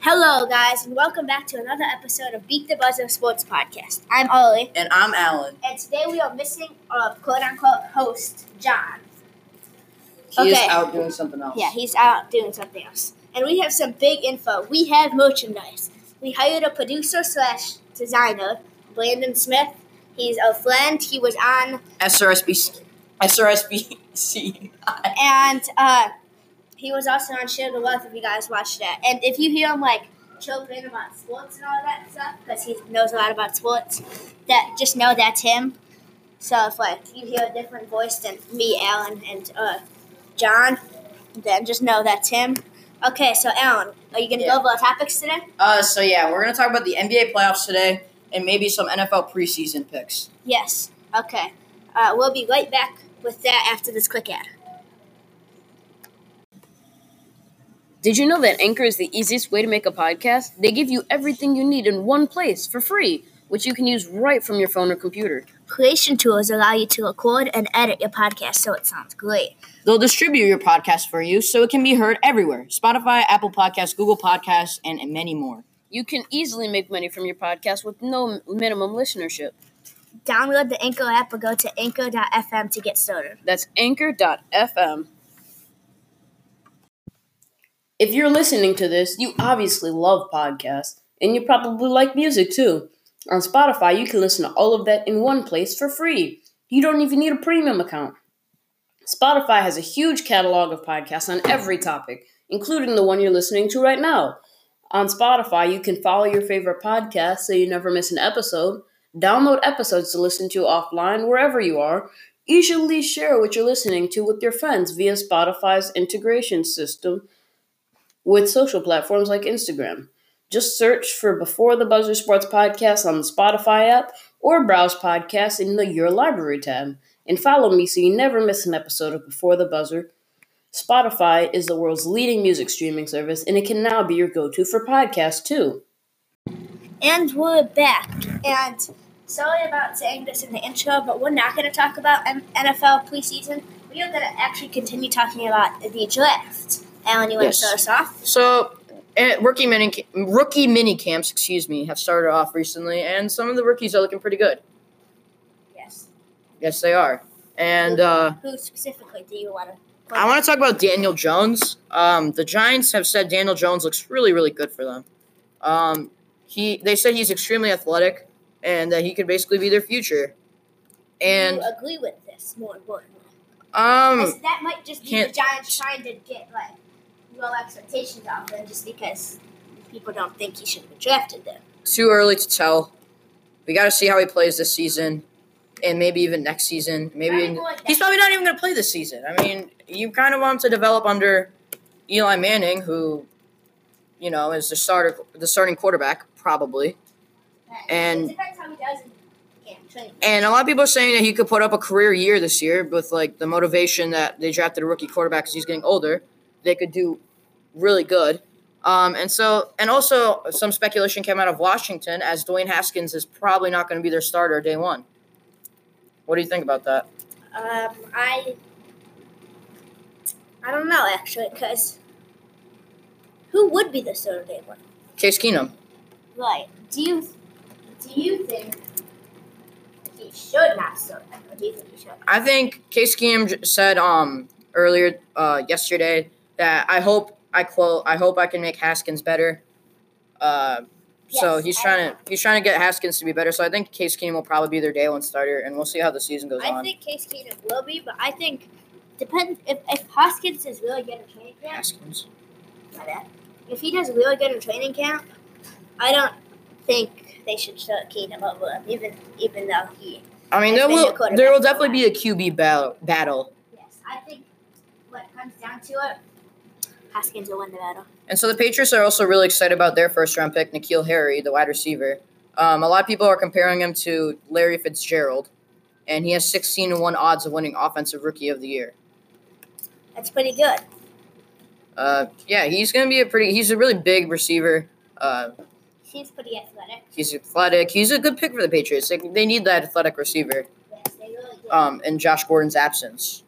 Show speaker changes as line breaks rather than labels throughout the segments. Hello, guys, and welcome back to another episode of Beat the Buzz of Sports Podcast. I'm Ollie,
And I'm Alan.
and today we are missing our quote unquote host, John.
He is
Okay.
out doing something else.
Yeah, he's out doing something else. And we have some big info. We have merchandise. We hired a producer slash designer, Brandon Smith. He's a friend. He was on,
SRSB. SRSBC.
and uh, he was also on Share the Wealth. If you guys watched that, and if you hear him like chirping about sports and all that stuff, because he knows a lot about sports, that just know that's him. So if like you hear a different voice than me, Alan, and uh, John, then just know that's him. Okay, so Alan, are you gonna
Yeah.
go over our topics today?
Uh, so yeah, we're gonna talk about the NBA playoffs today and maybe some NFL preseason picks.
Yes. Okay. Uh, we'll be right back with that after this quick ad.
Did you know that Anchor is the easiest way to make a podcast? They give you everything you need in one place for free, which you can use right from your phone or computer.
Creation tools allow you to record and edit your podcast so it sounds great.
They'll distribute your podcast for you so it can be heard everywhere: Spotify, Apple Podcasts, Google Podcasts, and many more.
You can easily make money from your podcast with no minimum listenership.
Download the Anchor app or go to anchor.fm to get started.
That's anchor.fm. If you're listening to this, you obviously love podcasts, and you probably like music too. On Spotify, you can listen to all of that in one place for free. You don't even need a premium account. Spotify has a huge catalog of podcasts on every topic, including the one you're listening to right now. On Spotify, you can follow your favorite podcast so you never miss an episode, download episodes to listen to offline wherever you are, easily share what you're listening to with your friends via Spotify's integration system with social platforms like Instagram. Just search for Before the Buzzer Sports Podcast on the Spotify app or browse podcasts in the Your Library tab. And follow me so you never miss an episode of Before the Buzzer. Spotify is the world's leading music streaming service, and it can now be your go to for podcasts too.
And we're back. And sorry about saying this in the intro, but we're not going to talk about M- NFL preseason. We are going to actually continue talking about the draft. Alan, you want
Yes.
to start us off?
So, eh, rookie mini rookie mini camps, excuse me, have started off recently, and some of the rookies are looking pretty good.
Yes.
Yes, they are. And uh,
Who specifically do you want to?
I want to talk about Daniel Jones. Um, the Giants have said Daniel Jones looks really, really good for them. Um, he they said he's extremely athletic and that he could basically be their future. And
you agree with this more importantly.
um,
Because that might just be the
can't-
Giants trying to get like low expectations off them just because people don't think he should have been drafted there.
too early to tell. We got to see how he plays this season, and maybe even next season. Maybe
Probably
in-
more next
he's probably not even going to play this season. I mean, you kind of want him to develop under Eli Manning, who you know is the starter, the starting quarterback, probably.
But
And-
it depends how he does in camp training.
And a lot of people are saying that he could put up a career year this year with like the motivation that they drafted a rookie quarterback because he's getting older. They could do really good. Um, and so, and also, some speculation came out of Washington as Dwayne Haskins is probably not going to be their starter day one. What do you think about that?
Um, I I don't know actually because who would be the third day one?
Case Keenum.
Right? Do you do you think he should not start? Or do you think he should?
I think Case Keenum j- said um, earlier uh, yesterday that I hope I quote I hope I can make Haskins better. Uh, so
Yes,
he's
I
trying
know.
to he's trying to get Haskins to be better. So I think Case Keenum will probably be their day one starter, and we'll see how the season goes
I
on.
think Case Keenum will be, but I think depends if, if Hoskins is really good in training camp.
Haskins.
my bad. If he does really good in training camp, I don't think they should start Keenum over him, even even though he.
I mean,
He's
there
been
will
their quarterback
there will
for a
definitely be a QB battle. battle.
Yes, I think what comes down to it, Hoskins will win the battle.
And so the Patriots are also really excited about their first round pick, Nikhil Harry, the wide receiver. Um, a lot of people are comparing him to Larry Fitzgerald, and he has 16 to 1 odds of winning Offensive Rookie of the Year.
That's pretty good.
Uh, yeah, he's going to be a pretty, he's a really big receiver. Uh,
He's pretty athletic.
he's athletic. He's a good pick for the Patriots. They, they need that athletic receiver
Yes, they really do.
um, in Josh Gordon's absence.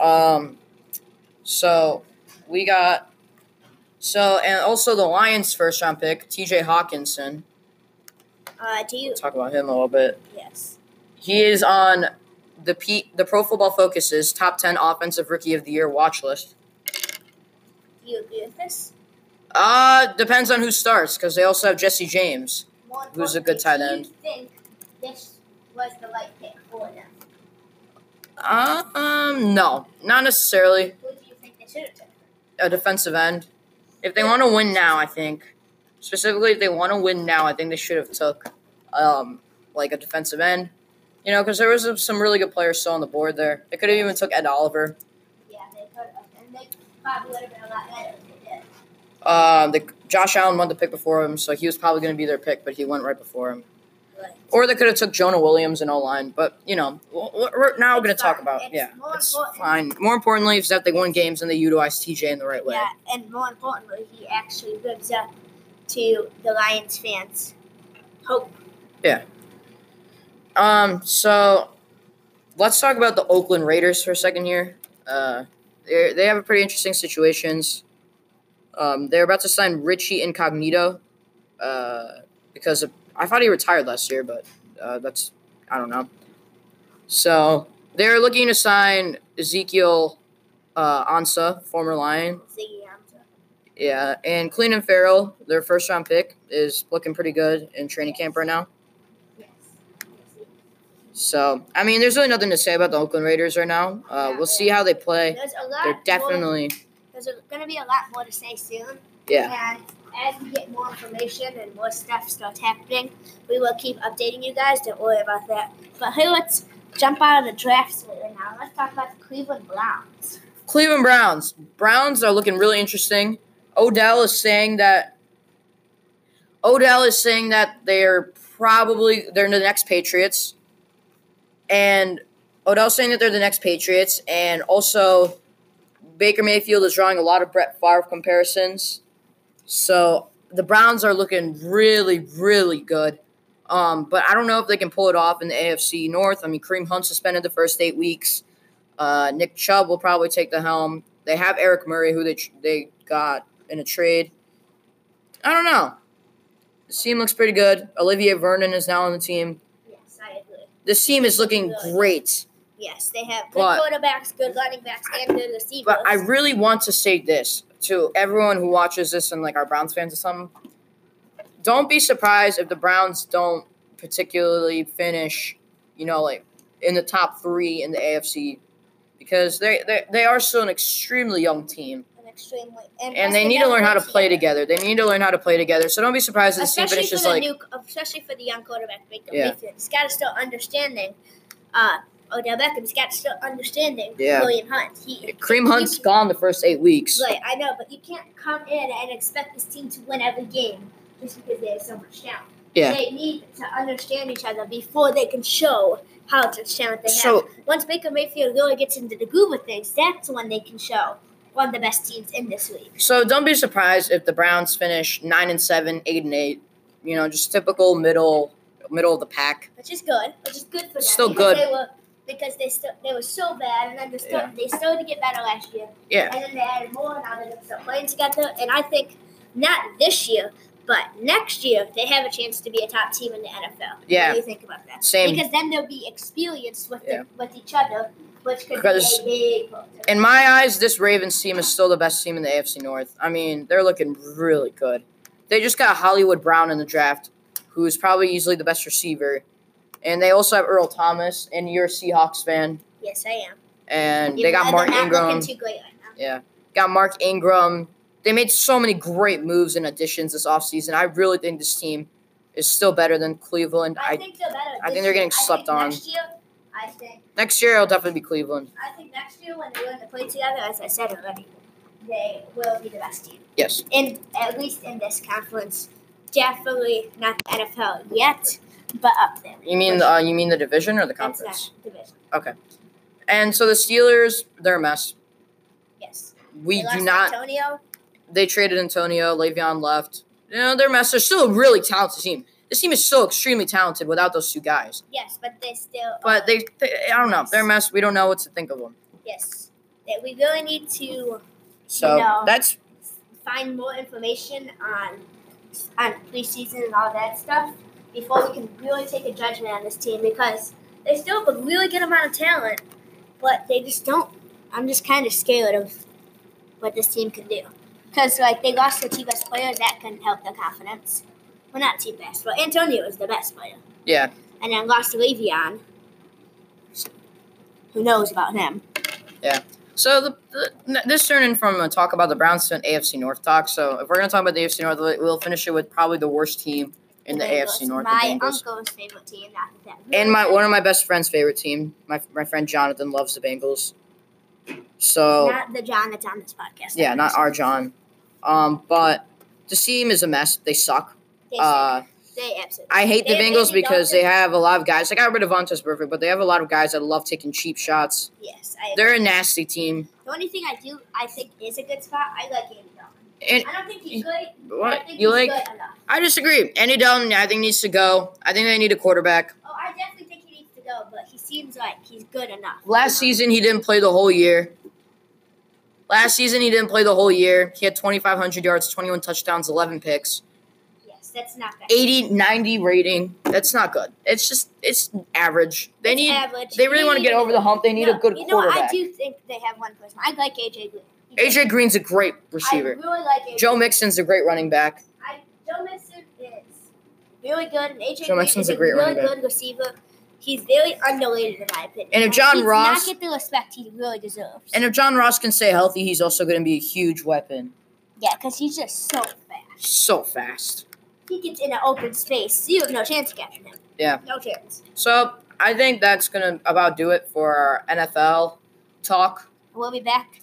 yes.
Um, so we got So, and also the Lions' first round pick, TJ Hawkinson.
Uh, do you?
Talk about him a little bit.
Yes.
He is on the P, the Pro Football Focus's top 10 offensive rookie of the year watch list.
Do you agree with this?
Uh, depends on who starts because they also have Jesse James.
More
Who's a
importantly,
good tight
do
end?
You think this was the right pick for them?
Uh, um, no, not necessarily
Who do you think they should have taken?
a defensive end. If they want to win now, I think specifically if they want to win now, I think they should have took um like a defensive end. You know, because there was some really good players still on the board there. They could have even took Ed Oliver.
Yeah, they could have, and they probably would have been a lot better if they did.
Um, the, Josh Allen won the pick before him, so he was probably going to be their pick, but he went right before him.
Right.
Or they could have took Jonah Williams in O line, but you know, w- w- we're now going to
It's
talk
fine.
about
It's
yeah,
more
it's
important.
fine. More importantly, is that they won games and they utilized TJ in the right way.
Yeah, and more importantly, he actually lives up to the Lions fans' hope.
Um, so let's talk about the Oakland Raiders for a second here. Uh, they they have a pretty interesting situations. Um, they're about to sign Richie Incognito, uh, because of, I thought he retired last year, but uh, that's I don't know. So they're looking to sign Ezekiel uh, Ansa, former Lion,
Ziggy Ansah.
yeah, and Clean Farrell, their first round pick, is looking pretty good in training camp right now.
Yes.
So, I mean, there's really nothing to say about the Oakland Raiders right now. Uh, we'll see how they play.
There's a lot.
They're
More,
definitely,
there's going to be a lot more to say soon.
yeah.
And as we get more information and more stuff starts happening, we will keep updating you guys. Don't worry about that. But hey, let's jump out of the draft slate right now. Let's talk about the Cleveland Browns.
Cleveland Browns. Browns are looking really interesting. Odell is saying that. Odell is saying that they're probably they're the next Patriots, and Odell's saying that they're the next Patriots, and also Baker Mayfield is drawing a lot of Brett Favre comparisons. So the Browns are looking really, really good. Um, but I don't know if they can pull it off in the AFC North. I mean, Kareem Hunt suspended the first eight weeks. Uh, Nick Chubb will probably take the helm. They have Eric Murray, who they tr- they got in a trade. I don't know. The team looks pretty good. Olivier Vernon is now on the team.
Yes, I agree.
This team is looking great.
Yes, they have good
But-
quarterbacks, good running backs, and good receivers.
But I really want to say this to everyone who watches this and like our Browns fans or something. Don't be surprised if the Browns don't particularly finish, you know, like in the top three in the AFC because they they, they are still an extremely young team.
an extremely and,
and
us
they need to learn how to play
together.
together. They need to learn how to play together. So don't be surprised if the team
Especially for
finishes
the
like
new, especially for the young quarterback Baker
Yeah.
Mayfield. He's got to still understanding. Uh, Odell Beckham. He's got to still understanding.
Yeah.
William Hunt. He
Cream Hunt's gone the first eight weeks.
Right, I know, but you can't come in and expect this team to win every game just because they have so much talent.
Yeah.
They need to understand each other before they can show how much talent they have.
So
Once Baker Mayfield really gets into the groove of things, that's when they can show one of the best teams in this league.
so don't be surprised if the Browns finish nine and seven, eight and eight. You know, just typical middle middle of the pack.
which is good, which is good for them.
Still
because
good.
They were, because they still they were so bad, and then they still
Yeah.
they started to get better last year,
Yeah.
and then they added more. Now they're still playing together, and I think not this year, but next year they have a chance to be a top team in the NFL.
Yeah.
what do you think about that?
Same.
because then they'll be experienced with
Yeah.
the, with each other, which could
Because-
be a big problem.
In my eyes, this Ravens team is still the best team in the AFC North. I mean, they're looking really good. They just got Hollywood Brown in the draft, who is probably easily the best receiver. And they also have Earl Thomas, and you're a Seahawks fan.
yes, I am.
And they
Even
got
though
Mark
they're not
Ingram.
looking too great right now.
Yeah. Got Mark Ingram. They made so many great moves and additions this offseason. I really think this team is still better than Cleveland.
I,
I
think they're better.
I think
this
they're getting
year. I
slept
think
on.
Next year, I think.
next year it'll definitely be Cleveland.
I think next year when they learn to play together, as I said already, they will be the best team.
Yes.
In at least in this conference, definitely not the NFL yet, but up there.
You mean uh, you mean the division or the
That's
conference?
that division.
And so the Steelers, they're a mess.
Yes.
We
They lost
do not.
Antonio.
They traded Antonio. Le'Veon left. You know they're a mess. They're still a really talented team. This team is still extremely talented without those two guys.
Yes, but they still.
But they, they I don't know. They're a mess. We don't know what to think of them.
Yes. That we really need to.
So
No.
that's
find more information on on preseason and all that stuff before we can really take a judgment on this team because they still have a really good amount of talent, but they just don't. I'm just kind of scared of what this team can do because like they lost their two best players that couldn't help their confidence. Well, not two best, but Antonio was the best player,
Yeah.
and then lost to Le'Veon. Who knows about him?
So the, the n- this turned in from a talk about the Browns to an AFC North talk. So if we're gonna talk about the AFC North, we- we'll finish it with probably the worst team in the
Bengals.
AFC North. the
My
Bengals.
uncle's favorite team. Not that
and my one of my best friend's favorite team. My my friend Jonathan loves the Bengals. So
Not the John that's on this podcast.
Oh. yeah, not our John. Um, but this team is a mess. They suck.
They,
Uh,
they absolutely.
I hate the
They- they
Bengals because they
don't-
have a lot of guys. They got rid of Vontaze Perfect, but they have a lot of guys that love taking cheap shots.
Yes, I.
They're a nasty team.
the only thing I do, I think, is a good spot. I like Andy Dalton.
And
I don't think he's good. I
what
think
you
he's
like?
good enough.
I disagree. Andy Dalton, I think needs to go. I think they need a quarterback.
Oh, I definitely think he needs to go, but he seems like he's good enough.
Last
you know?
season, he didn't play the whole year. Last season, he didn't play the whole year. He had 2,500 yards, 21 touchdowns, 11 picks,
Yes, that's not bad.
80, 90 rating. That's not good. It's just, it's average. They
It's
need,
average.
they really want to
need
get
a-
over the hump. They need a
No,
good
you know what?
quarterback.
I do think they have one person. I like AJ Green. He-
AJ Green's a great
I
receiver.
really like AJ.
Joe Mixon's a great running back.
I, Joe Mixon is really good, and AJ
Joe
Green
Mixon's
is
a great
really
running back.
good receiver. He's very underrated in my opinion.
And if John
he did
Ross-
not get the respect he really deserves.
And if John Ross can stay healthy, he's also going to be a huge weapon.
yeah, because he's just so fast.
So fast.
He gets in an open space. You have no chance of catching him.
Yeah.
No chance.
So I think that's gonna about do it for our NFL talk.
We'll be back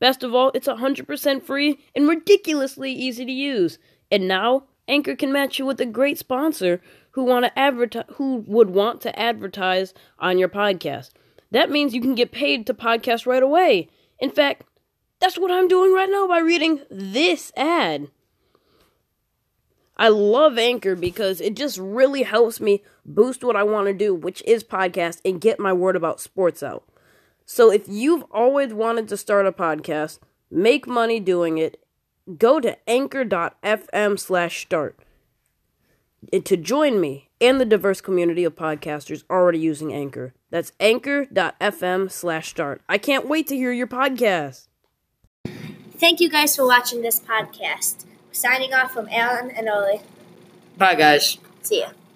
Best of all, it's 100% free and ridiculously easy to use. And now, Anchor can match you with a great sponsor who want to advertise, who would want to advertise on your podcast. That means you can get paid to podcast right away. In fact, that's what I'm doing right now by reading this ad. I love Anchor because it just really helps me boost what I want to do, which is podcast and get my word about sports out. So if you've always wanted to start a podcast, make money doing it, go to anchor.fm slash start and to join me and the diverse community of podcasters already using Anchor. That's anchor.fm slash start. I can't wait to hear your podcast.
Thank you guys for watching this podcast. Signing off from Alan and Oli.
Bye, guys.
See ya.